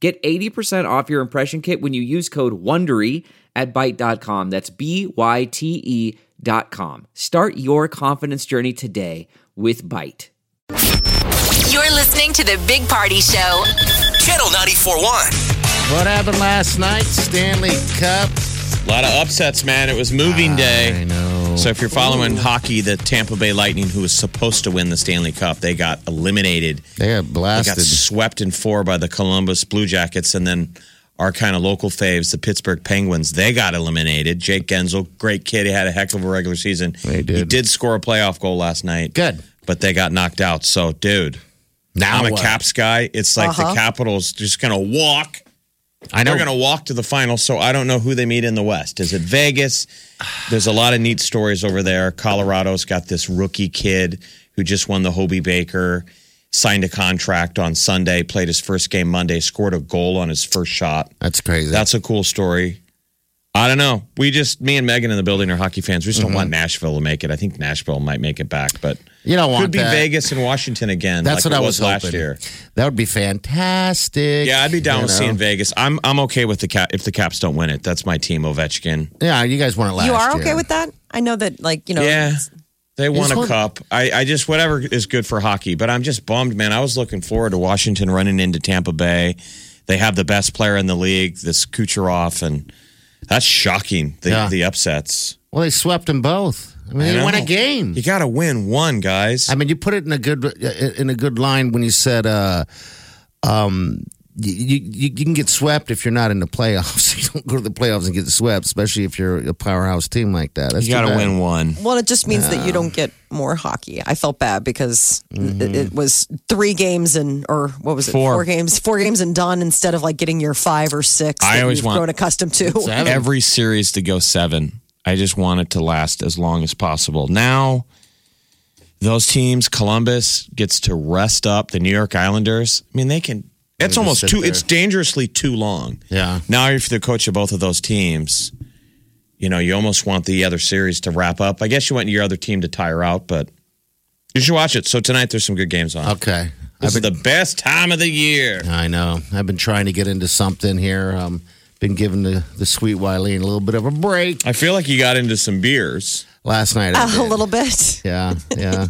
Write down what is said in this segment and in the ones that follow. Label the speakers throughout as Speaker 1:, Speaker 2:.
Speaker 1: Get 80% off your impression kit when you use code WONDERY at Byte.com. That's b y t e dot com. Start your confidence journey today with Byte.
Speaker 2: You're listening to the Big Party Show.
Speaker 3: Channel 941.
Speaker 4: What happened last night? Stanley Cup.
Speaker 5: A lot of upsets, man. It was moving
Speaker 4: Ah, I
Speaker 5: day.
Speaker 4: know.
Speaker 5: So if you're following hockey, the Tampa Bay Lightning, who was supposed to win the Stanley Cup, they got eliminated.
Speaker 4: they got
Speaker 5: They got
Speaker 4: blasted.
Speaker 5: swept in four by the Columbus Blue Jackets, and then our kind of local faves, the Pittsburgh Penguins, they got eliminated. Jake Gensel, great kid, he had a heck of a regular season.
Speaker 4: They did.
Speaker 5: He did score a playoff goal last night.
Speaker 4: Good.
Speaker 5: but they got knocked out. So, dude,
Speaker 4: now
Speaker 5: I'm a
Speaker 4: what?
Speaker 5: Caps guy. It's like the Capitals just gonna walk.
Speaker 4: I know.
Speaker 5: They're going to walk to the final, so I don't know who they meet in the West. Is it Vegas? There's a lot of neat stories over there. Colorado's got this rookie kid who just won the Hobie Baker, signed a contract on Sunday, played his first game Monday, scored a goal on his first shot.
Speaker 4: That's crazy.
Speaker 5: That's a cool story. I don't know. We just, me and Megan in the building are hockey fans. We just
Speaker 4: Mm-hmm.
Speaker 5: don't want Nashville to make it. I think Nashville might make it back, but
Speaker 4: you don't want
Speaker 5: could be
Speaker 4: that.
Speaker 5: Vegas and Washington again.
Speaker 4: That's
Speaker 5: like
Speaker 4: what
Speaker 5: it
Speaker 4: I was,
Speaker 5: was, last
Speaker 4: hoping.
Speaker 5: year.
Speaker 4: That would be fantastic.
Speaker 5: Yeah, I'd be down
Speaker 4: you
Speaker 5: with
Speaker 4: know?
Speaker 5: seeing Vegas. I'm I'm okay with the cap if the Caps don't win it. That's my team, Ovechkin.
Speaker 4: Yeah, you guys want it last.
Speaker 6: You are okay
Speaker 4: year.
Speaker 6: with that? I know that, like, you know,
Speaker 5: Yeah. They won
Speaker 4: just
Speaker 5: a
Speaker 4: want-
Speaker 5: cup. I, I just whatever is good for hockey, but I'm just bummed, man. I was looking forward to Washington running into Tampa Bay. They have the best player in the league, this Kucherov, and that's shocking. The
Speaker 4: Yeah.
Speaker 5: the upsets.
Speaker 4: Well, they swept them both. I mean,
Speaker 5: I
Speaker 4: they won
Speaker 5: know.
Speaker 4: a game.
Speaker 5: You got to win one, guys.
Speaker 4: I mean, you put it in a good uh, in a good line when you said, uh, um, you, you you can get swept if you're not in the playoffs. you don't go to the playoffs and get swept, especially if you're a powerhouse team like that. That's
Speaker 5: you got
Speaker 4: too
Speaker 5: to
Speaker 4: bad.
Speaker 5: win one.
Speaker 6: well, it just means that you don't get more hockey. I felt bad because it, it was three games and, or what was it?
Speaker 5: Mm-hmm. Four.
Speaker 6: games, four games and done instead of like getting your five or six.
Speaker 5: I
Speaker 6: that
Speaker 5: always
Speaker 6: you've
Speaker 5: want-
Speaker 6: grown accustomed to.
Speaker 5: every series to go seven. I just want it to last as long as possible. Now, those teams, Columbus gets to rest up. The New York Islanders, I mean, they can. It's
Speaker 4: just
Speaker 5: almost
Speaker 4: sit
Speaker 5: too.
Speaker 4: there.
Speaker 5: It's dangerously too long.
Speaker 4: Yeah.
Speaker 5: Now, if you're the coach of both of those teams, you know you almost want the other series to wrap up. I guess you want your other team to tire out, but you should watch it. So tonight, there's some good games on.
Speaker 4: Okay,
Speaker 5: This is the best time of the year.
Speaker 4: I know. I've been trying to get into something here. Um, been giving the, the sweet Wileen a little bit of a break
Speaker 5: I feel like you got into some beers.
Speaker 4: last night. I
Speaker 6: a
Speaker 4: did.
Speaker 6: little bit.
Speaker 4: Yeah, yeah.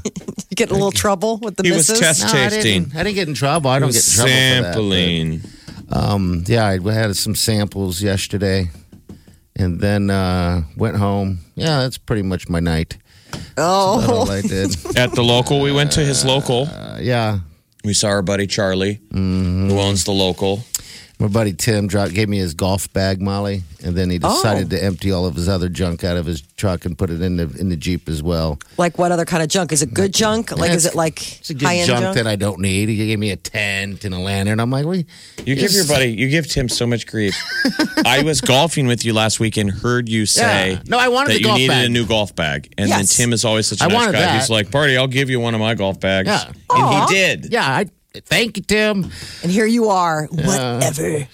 Speaker 6: You get in a little trouble with the
Speaker 5: He was
Speaker 6: misses.
Speaker 5: test-
Speaker 4: No, I didn't,
Speaker 5: Tasting.
Speaker 4: I didn't get in trouble. I don't get in trouble for that.
Speaker 5: Sampling.
Speaker 4: but, yeah, I had some samples yesterday, and then uh, went home. Yeah, that's pretty much my night.
Speaker 6: oh,
Speaker 4: That's all I did.
Speaker 5: at the local. We went to his local.
Speaker 4: Uh, yeah,
Speaker 5: We saw our buddy Charlie,
Speaker 4: Mm-hmm.
Speaker 5: who owns the local.
Speaker 4: my buddy Tim dropped, gave me his golf bag, Molly, and then he decided to empty all of his other junk out of his truck and put it in the in the jeep as well.
Speaker 6: like what other kind of junk? Is it good junk? Like, is
Speaker 4: it's-
Speaker 6: it like
Speaker 4: It's a good
Speaker 6: high end
Speaker 4: junk,
Speaker 6: junk?
Speaker 4: that I don't need. He gave me a tent and a lantern. I'm like, wait.
Speaker 5: You give your buddy, you give Tim so much grief. I was golfing with you last week and heard you say,
Speaker 4: Yeah. No, I wanted the
Speaker 5: that you
Speaker 4: golf
Speaker 5: needed
Speaker 4: bag.
Speaker 5: a new golf bag. And
Speaker 6: Yes.
Speaker 5: then Tim is always such a
Speaker 4: I
Speaker 5: nice
Speaker 4: wanted
Speaker 5: guy.
Speaker 4: that.
Speaker 5: He's like, Barty, I'll give you one of my golf bags.
Speaker 4: Yeah.
Speaker 5: And he did.
Speaker 4: Yeah, I thank you, Tim.
Speaker 6: And here you are, whatever.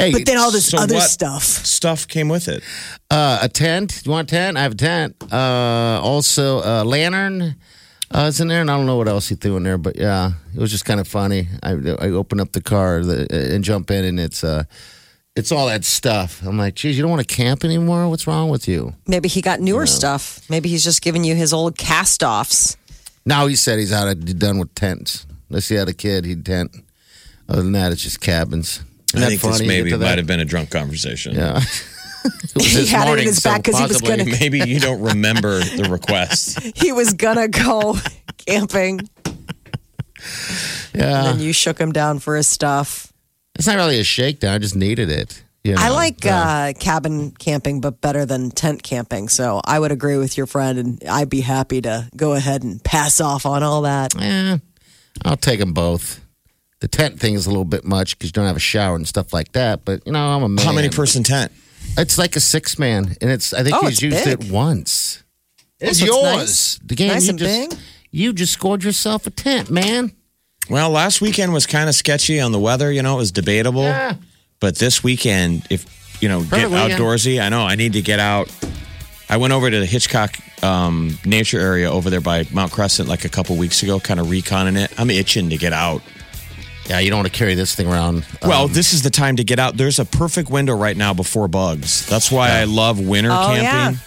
Speaker 4: Hey,
Speaker 6: But then all this
Speaker 5: So
Speaker 6: other
Speaker 5: what-
Speaker 6: stuff.
Speaker 5: Stuff came with it.
Speaker 4: uh, a tent. You want a tent? I have a tent. Uh, also, a lantern. Uh, it's in there, and I don't know what else he threw in there, but yeah, it was just kind of funny. I, I open up the car the, and jump in, and it's uh, it's all that stuff. I'm like, geez, you don't want to camp anymore? What's wrong with you?
Speaker 6: Maybe he got newer stuff. Maybe he's just giving you his old cast offs.
Speaker 4: Now he said he's out of done with tents. Unless he had a kid, he'd tent. Other than that, it's just cabins. Isn't
Speaker 5: I
Speaker 4: that
Speaker 5: think
Speaker 4: funny?
Speaker 5: this
Speaker 4: You get
Speaker 5: maybe
Speaker 4: to that?
Speaker 5: might have been a drunk conversation.
Speaker 4: Yeah.
Speaker 6: He had it in his back 'cause he was gonna-
Speaker 5: Maybe you don't remember the request.
Speaker 6: He was gonna go camping, and
Speaker 4: Yeah,
Speaker 6: then you shook him down for his stuff.
Speaker 4: it's not really a shakedown. I just needed it. You know?
Speaker 6: I like uh, cabin camping, but better than tent camping. So I would agree with your friend, and I'd be happy to go ahead and pass off on all that.
Speaker 4: Eh, I'll take them both. The tent thing is a little bit much because you don't have a shower and stuff like that. But you know, I'm a man.
Speaker 5: How many person tent?
Speaker 4: It's like a six man, and it's I think
Speaker 6: Oh,
Speaker 4: he's
Speaker 6: it's
Speaker 4: used
Speaker 6: big.
Speaker 4: it once. It's
Speaker 6: so it's
Speaker 4: yours.
Speaker 6: nice.
Speaker 4: The game
Speaker 6: Nice
Speaker 4: you
Speaker 6: and
Speaker 4: just
Speaker 6: big.
Speaker 4: you just scored yourself a tent, man.
Speaker 5: Well, last weekend was kind of sketchy on the weather. You know, it was debatable.
Speaker 4: Yeah.
Speaker 5: But this weekend, if you know,
Speaker 4: Perfect
Speaker 5: get
Speaker 4: weekend.
Speaker 5: outdoorsy. I know I need to get out. I went over to the Hitchcock um, Nature Area over there by Mount Crescent like a couple weeks ago, kind of reconning it. I'm itching to get out.
Speaker 4: Yeah, you don't want to carry this thing around.
Speaker 5: Well, this is the time to get out. There's a perfect window right now before bugs. That's why I love winter
Speaker 6: Oh,
Speaker 5: camping.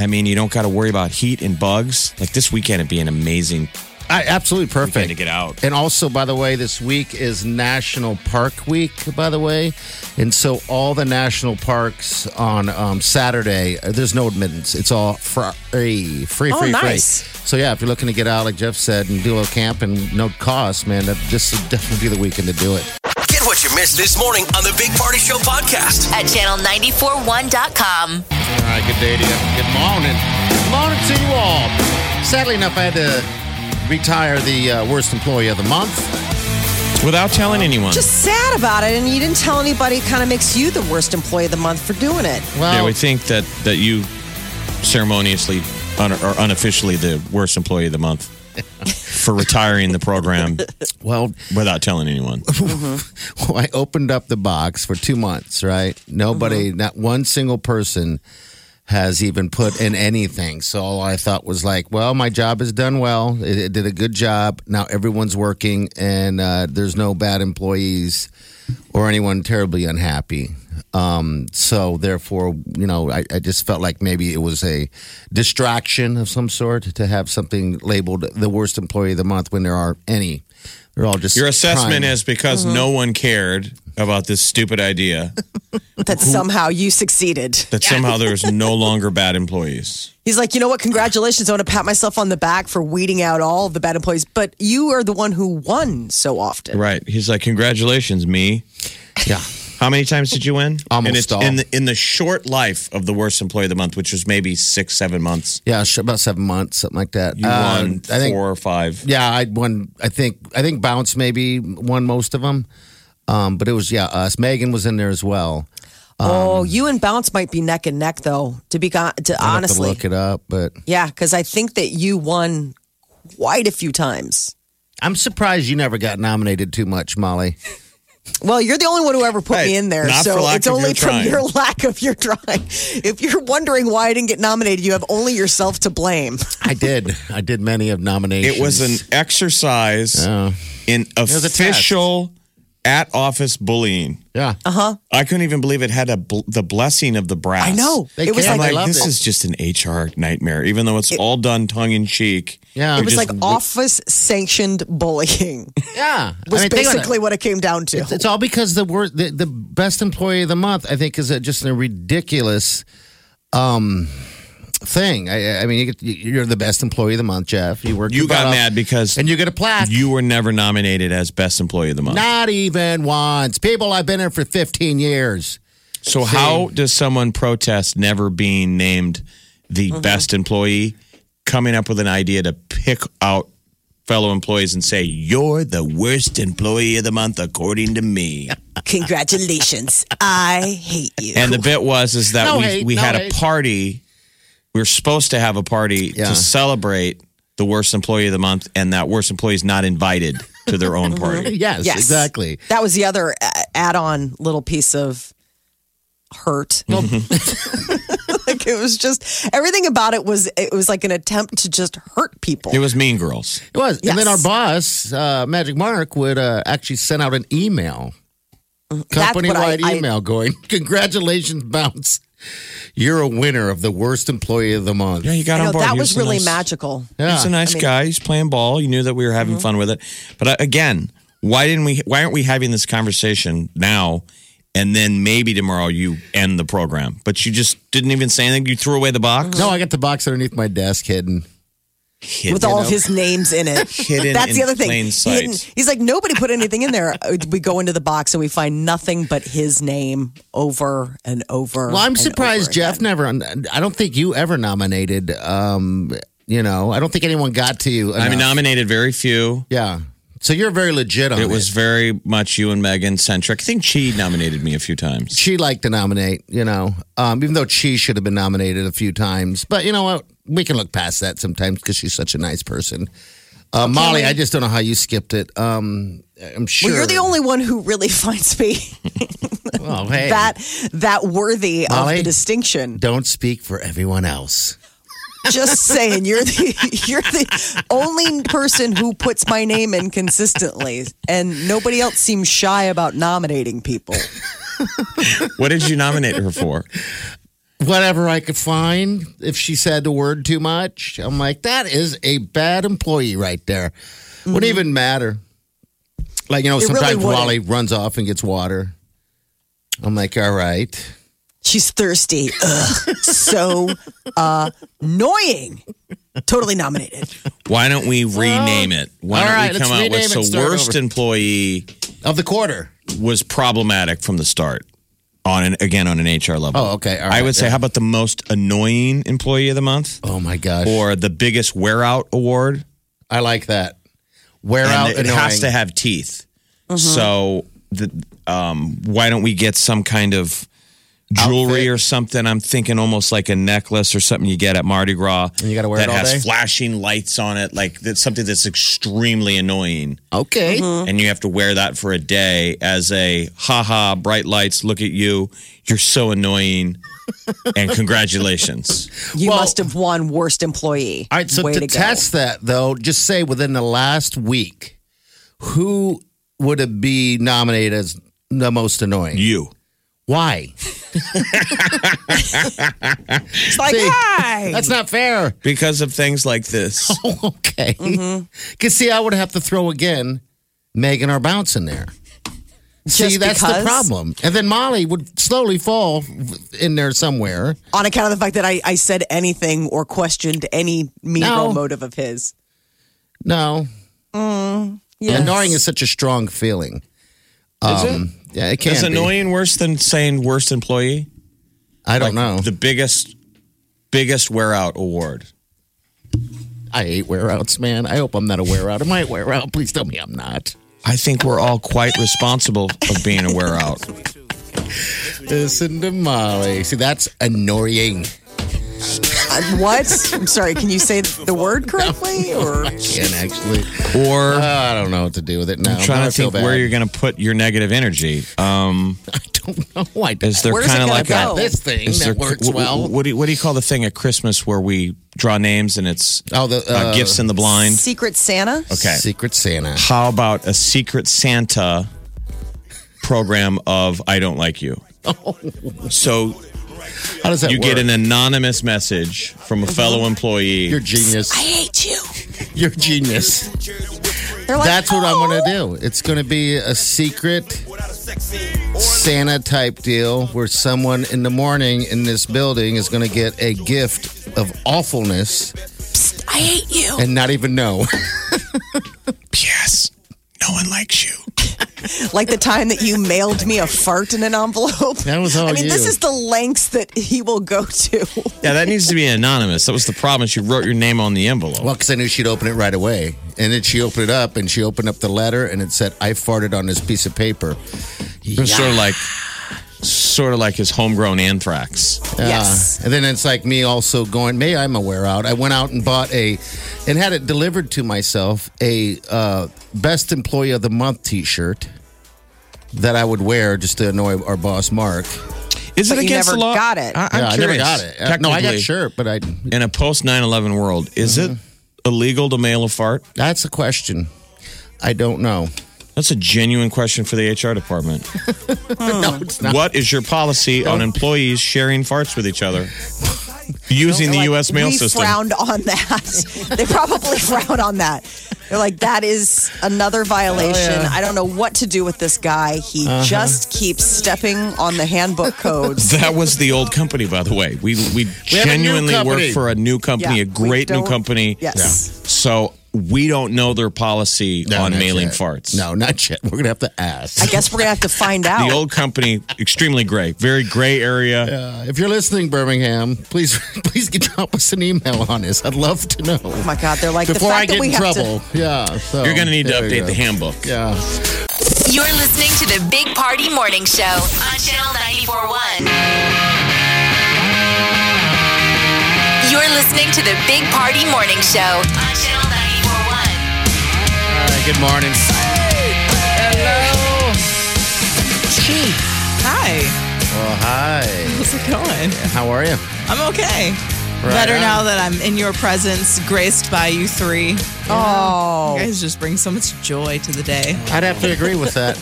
Speaker 5: I mean, you don't got to worry about heat and bugs. Like this weekend, it'd be an amazing
Speaker 4: I, absolutely perfect
Speaker 5: weekend to get out.
Speaker 4: And also, by the way, this week is National Park Week, by the way. And so, all the national parks on um, Saturday, uh, there's no admittance. It's all fr- free, free,
Speaker 6: Oh,
Speaker 4: free,
Speaker 6: nice.
Speaker 4: free. So, yeah, if you're looking to get out, like Jeff said, and do a little camp and no cost, man, that, this would definitely be the weekend to do it.
Speaker 3: Get what you missed this morning on the Big Party Show podcast.
Speaker 2: at channel941.com.
Speaker 4: All right, good day to you. Good morning. Good morning to you all. Sadly enough, I had to retire the uh, worst employee of the month.
Speaker 5: Without telling anyone.
Speaker 6: Just sad about it, and you didn't tell anybody. Kind of makes you the worst employee of the month for doing it.
Speaker 4: Well,
Speaker 5: yeah, we think that that you ceremoniously un, or unofficially the worst employee of the month for retiring the program
Speaker 4: well
Speaker 5: without telling anyone.
Speaker 4: Well, I opened up the box for two months, right? Nobody,
Speaker 5: Uh-huh.
Speaker 4: not one single person has even put in anything. So all I thought was like, well, my job is done well. It, it did a good job. Now everyone's working and uh, there's no bad employees or anyone terribly unhappy. Um, so therefore, you know, I, I just felt like maybe it was a distraction of some sort to have something labeled the worst employee of the month when there are any. They're all just
Speaker 5: Your assessment
Speaker 4: trying.
Speaker 5: is because no
Speaker 4: Uh-huh.
Speaker 5: one cared about this stupid idea
Speaker 6: That somehow you succeeded.
Speaker 5: that somehow there's no longer bad employees.
Speaker 6: He's like, you know what? Congratulations. I want to pat myself on the back for weeding out all the bad employees, but you are the one who won so often.
Speaker 5: Right. He's like, Congratulations, me.
Speaker 4: yeah.
Speaker 5: How many times did you win?
Speaker 4: Almost
Speaker 5: and it's
Speaker 4: all.
Speaker 5: in the in the short life of the worst employee of the month, which was maybe six, seven months.
Speaker 4: Yeah, sh- about seven months, something like that.
Speaker 5: You
Speaker 4: Uh,
Speaker 5: won
Speaker 4: I think.
Speaker 5: four or five.
Speaker 4: Yeah, I won. I think. I think bounce maybe won most of them. Um, but it was yeah us. Megan was in there as well.
Speaker 6: oh, you and Bounce might be neck and neck, though, to be con- to
Speaker 4: Um, I'd have
Speaker 6: honestly.
Speaker 4: to look it up. But
Speaker 6: yeah, because I think that you won quite a few times.
Speaker 4: I'm surprised you never got nominated too much, Molly.
Speaker 6: Well, you're the only one who ever put me
Speaker 5: Hey,
Speaker 6: in there,
Speaker 5: not
Speaker 6: so
Speaker 5: for lack
Speaker 6: it's
Speaker 5: of
Speaker 6: only
Speaker 5: your
Speaker 6: from
Speaker 5: trying.
Speaker 6: your lack of your trying. If you're wondering why I didn't get nominated, you have only yourself to blame.
Speaker 4: I did. I did many of nominations.
Speaker 5: It was an exercise in
Speaker 4: was a test.
Speaker 5: official at office bullying.
Speaker 4: yeah. Uh
Speaker 6: Uh-huh.
Speaker 4: huh.
Speaker 5: I couldn't even believe it had a bl- the blessing of the brass.
Speaker 6: I know.
Speaker 4: They
Speaker 6: it was
Speaker 4: can.
Speaker 5: I'm
Speaker 6: like
Speaker 4: I
Speaker 5: like,
Speaker 4: love
Speaker 5: this
Speaker 4: it.
Speaker 5: is just an HR nightmare, even though it's all done tongue in cheek.
Speaker 4: Yeah.
Speaker 6: it was
Speaker 5: just
Speaker 6: like office sanctioned bullying.
Speaker 4: Yeah.
Speaker 6: Was
Speaker 4: I mean, think on it.
Speaker 6: basically what it came down to.
Speaker 4: It's all because the word the, the best employee of the month, I think, is a, just a ridiculous um thing. I, I- I mean, you get, you're the best employee of the month, Jeff. You work.
Speaker 5: You
Speaker 4: your butt
Speaker 5: got
Speaker 4: off,
Speaker 5: mad because
Speaker 4: and you get a plaque.
Speaker 5: You were never nominated as best employee of the month.
Speaker 4: Not even once. People, I've been here for 15 years.
Speaker 5: so how does someone protest never being named the
Speaker 6: Mm-hmm.
Speaker 5: best employee? Coming up with an idea to pick out fellow employees and say you're the worst employee of the month according to me.
Speaker 6: Congratulations. I hate you.
Speaker 5: And the bit was is that
Speaker 4: No
Speaker 5: we,
Speaker 4: hate,
Speaker 5: we
Speaker 4: no
Speaker 5: had
Speaker 4: hate.
Speaker 5: a party. We were supposed to have a party
Speaker 4: Yeah.
Speaker 5: to celebrate the worst employee of the month, and that worst employee is not invited to their own party.
Speaker 4: Yes,
Speaker 6: Yes.
Speaker 4: exactly.
Speaker 6: that was the other uh, add-on little piece of hurt. like it was just everything about it was it was like an attempt to just hurt people.
Speaker 5: It was Mean Girls.
Speaker 4: It was. And then our
Speaker 6: Yes.
Speaker 4: boss, uh, Magic Mark, would uh, actually send out an email, company wide
Speaker 6: Mm-hmm. I- I-
Speaker 4: email going, Congratulations, Bounce. You're a winner of the worst employee of the month.
Speaker 5: Yeah, you got
Speaker 6: I know,
Speaker 5: on board.
Speaker 6: that
Speaker 5: He
Speaker 6: was
Speaker 5: a
Speaker 6: really
Speaker 5: nice-
Speaker 6: magical.
Speaker 4: Yeah.
Speaker 5: He's a nice
Speaker 6: I mean- Mm-hmm.
Speaker 5: guy. He's playing ball. You knew that we were having fun with it. But uh, again, why didn't we? Why aren't we having this conversation now? And then maybe tomorrow you end the program. But you just didn't even say anything. You threw away the box.
Speaker 4: No, I got the box underneath my desk hidden.
Speaker 6: With all of his names in it.
Speaker 5: Hidden
Speaker 6: That's the
Speaker 5: in
Speaker 6: other thing.
Speaker 5: plain sight.
Speaker 6: Hidden. He's like, nobody put anything in there. Uh, We go into the box and we find nothing but his name over and over.
Speaker 4: Well, I'm
Speaker 6: and
Speaker 4: surprised
Speaker 6: Oh, over
Speaker 4: Jeff
Speaker 6: again.
Speaker 4: never, I don't think you ever nominated. Um, you know, I don't think anyone got to you.
Speaker 5: I
Speaker 4: enough.
Speaker 5: mean, nominated very few.
Speaker 4: Yeah. So you're very legit on it.
Speaker 5: It was very much you and Megan centric. I think she nominated me a few times.
Speaker 4: she liked to nominate, you know, um, even though she should have been nominated a few times. But you know what? We can look past that sometimes because she's such a nice person. Uh, Molly, I just don't know how you skipped it. Um, I'm sure.
Speaker 6: Well, you're the only one who really finds me
Speaker 4: Well, hey,
Speaker 6: that that worthy of
Speaker 4: Molly?
Speaker 6: the distinction.
Speaker 4: don't speak for everyone else.
Speaker 6: Just saying, you're the you're the only person who puts my name in consistently, and nobody else seems shy about nominating people.
Speaker 5: What did you nominate her for?
Speaker 4: Whatever I could find, if she said the word too much, I'm like, that is a bad employee right there.
Speaker 5: Mm-hmm.
Speaker 4: Wouldn't even matter. Like you know,
Speaker 6: It really
Speaker 4: sometimes
Speaker 6: wouldn't.
Speaker 4: Wally runs off and gets water. I'm like, all right.
Speaker 6: She's thirsty. Ugh, so uh, annoying. Totally nominated.
Speaker 5: Why don't we rename it? Why
Speaker 4: All
Speaker 5: don't
Speaker 4: right,
Speaker 5: we
Speaker 4: let's
Speaker 5: come out
Speaker 4: rename
Speaker 5: with
Speaker 4: it
Speaker 5: so
Speaker 4: and start
Speaker 5: worst
Speaker 4: over.
Speaker 5: employee
Speaker 4: Of the quarter.
Speaker 5: was problematic from the start on an, again on an HR level.
Speaker 4: Oh, okay. All
Speaker 5: I
Speaker 4: right,
Speaker 5: would say
Speaker 4: yeah.
Speaker 5: how about the most annoying employee of the month
Speaker 4: Oh my gosh.
Speaker 5: or the biggest wear out award?
Speaker 4: I like that. Wear out
Speaker 5: and it
Speaker 4: annoying.
Speaker 5: has to have teeth. So the, um, why don't we get some kind of jewelry
Speaker 4: Outfit.
Speaker 5: or something? I'm thinking almost like a necklace or something you get at Mardi Gras.
Speaker 4: And you gotta wear it
Speaker 5: that
Speaker 4: all
Speaker 5: has
Speaker 4: day?
Speaker 5: flashing lights on it, like that's something that's extremely annoying,
Speaker 4: okay.
Speaker 5: and you have to wear that for a day as a haha bright lights. Look at you, you're so annoying, and congratulations.
Speaker 6: You
Speaker 4: Well-
Speaker 6: must have won worst employee.
Speaker 4: All right. So
Speaker 6: Way
Speaker 4: to,
Speaker 6: to go.
Speaker 4: test that though, just say within the last week, who would it be nominated as the most annoying?
Speaker 5: You.
Speaker 4: Why?
Speaker 6: It's like,
Speaker 4: See,
Speaker 6: hi.
Speaker 4: That's not fair.
Speaker 5: Because of things like this,
Speaker 4: Oh, okay. Because
Speaker 6: Mm-hmm.
Speaker 4: see, I would have to throw again Megan or Bounce in there. see,
Speaker 6: Just
Speaker 4: that's
Speaker 6: because?
Speaker 4: the problem. And then Molly would slowly fall in there somewhere.
Speaker 6: On account of the fact that I, I said anything or questioned any mean
Speaker 4: No.
Speaker 6: girl motive of his.
Speaker 4: No,
Speaker 6: Yes.
Speaker 4: annoying is such a strong feeling. Um,
Speaker 5: is it?
Speaker 4: Yeah, it can
Speaker 5: Is
Speaker 4: be.
Speaker 5: annoying worse than saying worst employee?
Speaker 4: I don't know.
Speaker 5: the biggest biggest wear out award.
Speaker 4: I hate wear outs, man. I hope I'm not a wear out. Am I a wear out? Please tell me I'm not.
Speaker 5: I think we're all quite responsible of being a wear out.
Speaker 4: Listen to Molly. See, that's annoying.
Speaker 6: Uh, what? I'm sorry. Can you say the word correctly? Or
Speaker 4: Can't actually.
Speaker 5: Or
Speaker 4: Uh, I don't know what to do with it now.
Speaker 5: I'm trying
Speaker 4: Now I
Speaker 5: to
Speaker 4: feel
Speaker 5: think where
Speaker 4: bad.
Speaker 5: you're going to put your negative energy. Um,
Speaker 4: I don't know. I
Speaker 5: is there
Speaker 6: Where's it
Speaker 5: kind of
Speaker 6: gonna
Speaker 5: like
Speaker 6: go?
Speaker 5: a
Speaker 4: this thing
Speaker 5: is
Speaker 4: that
Speaker 5: there,
Speaker 4: works
Speaker 5: wh- wh-
Speaker 4: well?
Speaker 5: What do you, what do you call the thing at Christmas where we draw names and it's
Speaker 4: Oh, the,
Speaker 5: uh,
Speaker 4: uh,
Speaker 5: gifts in the blind?
Speaker 6: Secret Santa?
Speaker 5: Okay.
Speaker 4: Secret Santa.
Speaker 5: How about a secret Santa program of I don't like you?
Speaker 6: Oh,
Speaker 5: So
Speaker 4: How does that
Speaker 5: you
Speaker 4: work?
Speaker 5: get an anonymous message from a
Speaker 6: Uh-huh.
Speaker 5: fellow employee.
Speaker 4: You're genius.
Speaker 6: I hate you.
Speaker 4: You're genius.
Speaker 6: They're like,
Speaker 4: That's what I'm
Speaker 6: "Oh."
Speaker 4: going to do. It's going to be a secret Santa type deal where someone in the morning in this building is going to get a gift of awfulness
Speaker 6: I hate you.
Speaker 4: and not even know.
Speaker 5: yes. No one likes you.
Speaker 6: "Oh!" Like the time that you mailed me a fart in an envelope.
Speaker 4: That was all
Speaker 6: I mean,
Speaker 4: you.
Speaker 6: this is the lengths that he will go to.
Speaker 5: Yeah, that needs to be anonymous. That was the problem. She wrote your name on the envelope.
Speaker 4: Well, because I knew she'd open it right away. And then she opened it up and she opened up the letter and it said, I farted on this piece of paper.
Speaker 5: it was sort of like, sort of like his homegrown anthrax.
Speaker 6: Yes.
Speaker 4: Uh, and then it's like me also going, maybe I'm aware out. I went out and bought a, and had it delivered to myself, a uh, best employee of the month t shirt that I would wear just to annoy our boss, Mark.
Speaker 5: Is
Speaker 6: But
Speaker 5: it
Speaker 6: you
Speaker 5: against
Speaker 6: never
Speaker 5: the law?
Speaker 6: got it.
Speaker 5: I, am
Speaker 4: yeah,
Speaker 5: curious.
Speaker 4: I never got it. Uh, No, I got
Speaker 5: Technically,
Speaker 4: shirt, but I,
Speaker 5: In a post 9 11 world, is it
Speaker 6: Uh-huh.
Speaker 5: illegal to mail a fart?
Speaker 4: that's a question. I don't know.
Speaker 5: That's a genuine question for the HR department.
Speaker 4: No, it's not.
Speaker 5: what is your policy on employees sharing farts with each other using the
Speaker 6: They're like,
Speaker 5: U.S. mail
Speaker 6: we
Speaker 5: system?
Speaker 6: frowned on that. they probably frowned on that. They're like, that is another violation.
Speaker 4: Oh,
Speaker 6: I don't know what to do with this guy. He
Speaker 4: Uh-huh.
Speaker 6: just keeps stepping on the handbook codes.
Speaker 5: That was the old company, by the way. We we,
Speaker 4: have a new
Speaker 5: genuinely work
Speaker 4: company.
Speaker 5: for a new company,
Speaker 6: Yeah,
Speaker 5: a great
Speaker 6: we
Speaker 5: new
Speaker 6: don't-
Speaker 5: company.
Speaker 6: Yes.
Speaker 5: So we don't know their policy
Speaker 4: No,
Speaker 5: on
Speaker 4: not
Speaker 5: mailing
Speaker 4: yet.
Speaker 5: farts.
Speaker 4: No, not yet. We're going to have to ask.
Speaker 6: I guess we're gonna have to find out.
Speaker 5: The old company, extremely gray, very gray area.
Speaker 4: Uh, if you're listening, Birmingham, please please get, drop us an email on this. I'd love to know.
Speaker 6: oh my God, they're like
Speaker 4: Before
Speaker 6: the fact
Speaker 4: I get
Speaker 6: that we
Speaker 4: in
Speaker 6: have
Speaker 4: trouble. Yeah. So,
Speaker 5: You're going to need to
Speaker 4: there you
Speaker 5: update
Speaker 4: go.
Speaker 5: the handbook.
Speaker 4: Yeah.
Speaker 2: You're listening to the Big Party Morning Show on Channel 941. You're listening to the Big Party Morning Show on Channel 941.
Speaker 4: All right. Good morning. Hello. Chief.
Speaker 7: Hi,
Speaker 4: Oh, hi.
Speaker 7: how's it going?
Speaker 4: How are you?
Speaker 7: I'm okay.
Speaker 4: Right
Speaker 7: Better
Speaker 4: on.
Speaker 7: now that I'm in your presence, graced by you three. You
Speaker 6: to. Oh,
Speaker 7: guys just bring so much joy to the day.
Speaker 4: I'd have to agree with that.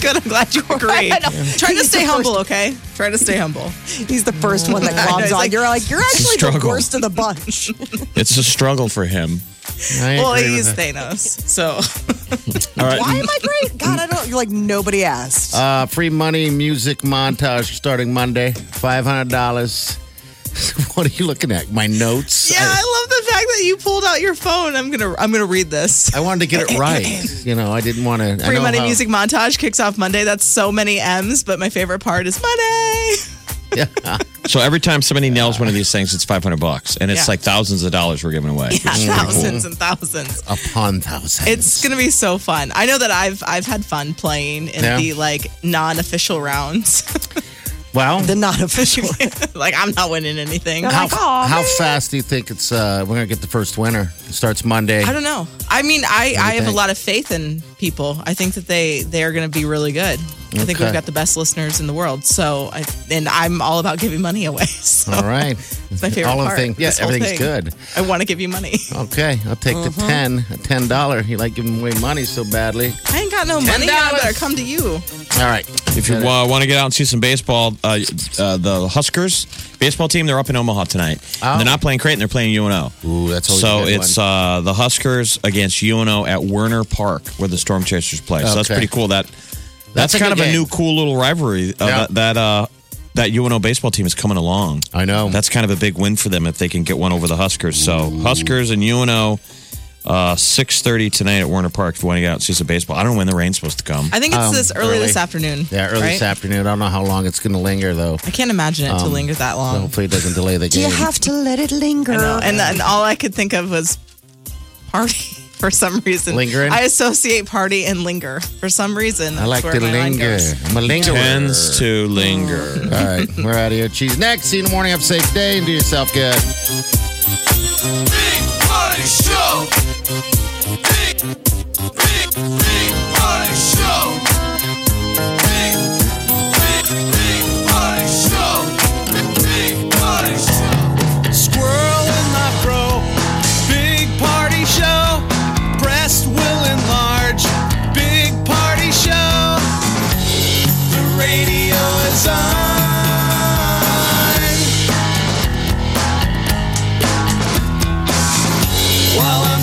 Speaker 7: Good, I'm glad you agree. Try to
Speaker 6: He's
Speaker 7: stay
Speaker 6: the
Speaker 7: humble, okay? Try to stay humble.
Speaker 6: he's the first one that globs
Speaker 7: It's
Speaker 6: on.
Speaker 7: like-
Speaker 6: you're like you're actually the
Speaker 5: struggle.
Speaker 6: worst of the bunch.
Speaker 5: It's a struggle for him.
Speaker 4: I
Speaker 7: Well,
Speaker 4: agree with
Speaker 7: he's
Speaker 4: that.
Speaker 7: Thanos, so
Speaker 5: All right.
Speaker 6: Why am I great? God, I don't. You're like nobody asked.
Speaker 4: Uh, free money music montage starting Monday. Five hundred dollars. what are you looking at? My notes.
Speaker 7: yeah, I love the fact that you pulled out your phone. I'm gonna, I'm gonna read this.
Speaker 4: I, I wanted to get it right. You know, I didn't want to.
Speaker 7: Free money music montage kicks off Monday. That's so many M's, but my favorite part is Monday.
Speaker 4: Yeah.
Speaker 5: So every time somebody nails one of these things, it's 500 bucks. And it's
Speaker 7: Yeah.
Speaker 5: like thousands of dollars we're giving away.
Speaker 7: thousands and thousands.
Speaker 4: Upon thousands.
Speaker 7: It's gonna be so fun. I know that I've I've had fun playing in
Speaker 4: Yeah.
Speaker 7: the like non-official rounds.
Speaker 4: wow.
Speaker 6: the non-official.
Speaker 7: like I'm not winning anything.
Speaker 4: how,
Speaker 7: I
Speaker 4: how fast do you think it's? Uh, we're gonna get the first winner. It starts Monday.
Speaker 7: don't know. I mean, I I have
Speaker 4: think?
Speaker 7: a lot of faith in people. I think that they they are gonna be really good. I think
Speaker 4: Okay.
Speaker 7: we've got the best listeners in the world. So I and I'm all about giving money away. So
Speaker 4: All right.
Speaker 7: it's my favorite
Speaker 4: All of
Speaker 7: part.
Speaker 4: thing- Yeah,
Speaker 7: this whole
Speaker 4: everything's
Speaker 7: thing. Uh-huh.
Speaker 4: good.
Speaker 7: I want to give you money.
Speaker 4: Okay, I'll take the ten. A ten dollar. You like giving away money so badly.
Speaker 7: I ain't got no money. I
Speaker 4: $10.
Speaker 7: better come to you.
Speaker 4: All right.
Speaker 5: If you uh, want to get out and see some baseball, uh, uh, the Huskers baseball team, they're up in Omaha tonight.
Speaker 4: Oh.
Speaker 5: They're not playing Creighton, they're playing UNO.
Speaker 4: Ooh, that's always
Speaker 5: so
Speaker 4: a good
Speaker 5: it's
Speaker 4: one.
Speaker 5: uh, the Huskers against UNO at Werner Park where the Storm Chasers play. So that's
Speaker 4: Okay.
Speaker 5: pretty cool. That That's,
Speaker 4: That's a
Speaker 5: kind of
Speaker 4: good
Speaker 5: a
Speaker 4: game.
Speaker 5: new cool little rivalry uh,
Speaker 4: Yeah.
Speaker 5: that that, uh, that UNO baseball team is coming along.
Speaker 4: I know.
Speaker 5: uh, That's kind of a big win for them if they can get one over the Huskers. So Huskers and UNO. Uh, six thirty tonight at Werner Park. If you want to get out and see some baseball, I don't know when the rain's supposed to come.
Speaker 7: I think it's this
Speaker 4: Um,
Speaker 7: early,
Speaker 4: early.
Speaker 7: this afternoon.
Speaker 4: yeah, early
Speaker 7: right?
Speaker 4: this afternoon. I don't know how long it's gonna linger though.
Speaker 7: I can't imagine it to linger
Speaker 4: Um,
Speaker 7: that long.
Speaker 4: Hopefully, it doesn't delay the
Speaker 6: Do
Speaker 4: game.
Speaker 6: you have to let it linger?
Speaker 7: No, and and all I could think of was party for some reason.
Speaker 4: Lingering?
Speaker 7: I associate party and linger for some reason.
Speaker 4: I
Speaker 7: that's
Speaker 4: like
Speaker 7: where
Speaker 4: to
Speaker 7: my mind
Speaker 4: linger.
Speaker 7: goes.
Speaker 4: I'm a lingerer.
Speaker 5: Tends to linger.
Speaker 4: All right, we're out of here. Cheese next. See you in the morning. Have a safe day and do yourself good.
Speaker 3: Big Party Show. Big, big, big Party Show. Big, big, big Party Show. Big Party Show. Squirrel in my bro. Big Party Show. Breast will enlarge. Big Party Show. The radio is on. while I'm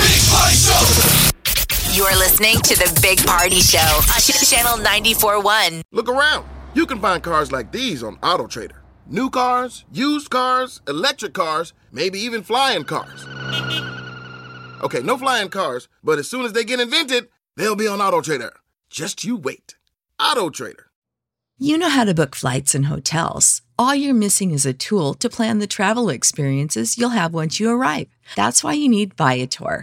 Speaker 3: Big Party Show.
Speaker 2: You're listening to the Big Party Show on Channel 941.
Speaker 8: Look around. You can find cars like these on AutoTrader. New cars, used cars, electric cars, maybe even flying cars. Okay, no flying cars, but as soon as they get invented, they'll be on AutoTrader. Just you wait. AutoTrader.
Speaker 9: You know how to book flights and hotels. All you're missing is a tool to plan the travel experiences you'll have once you arrive. That's why you need Viator.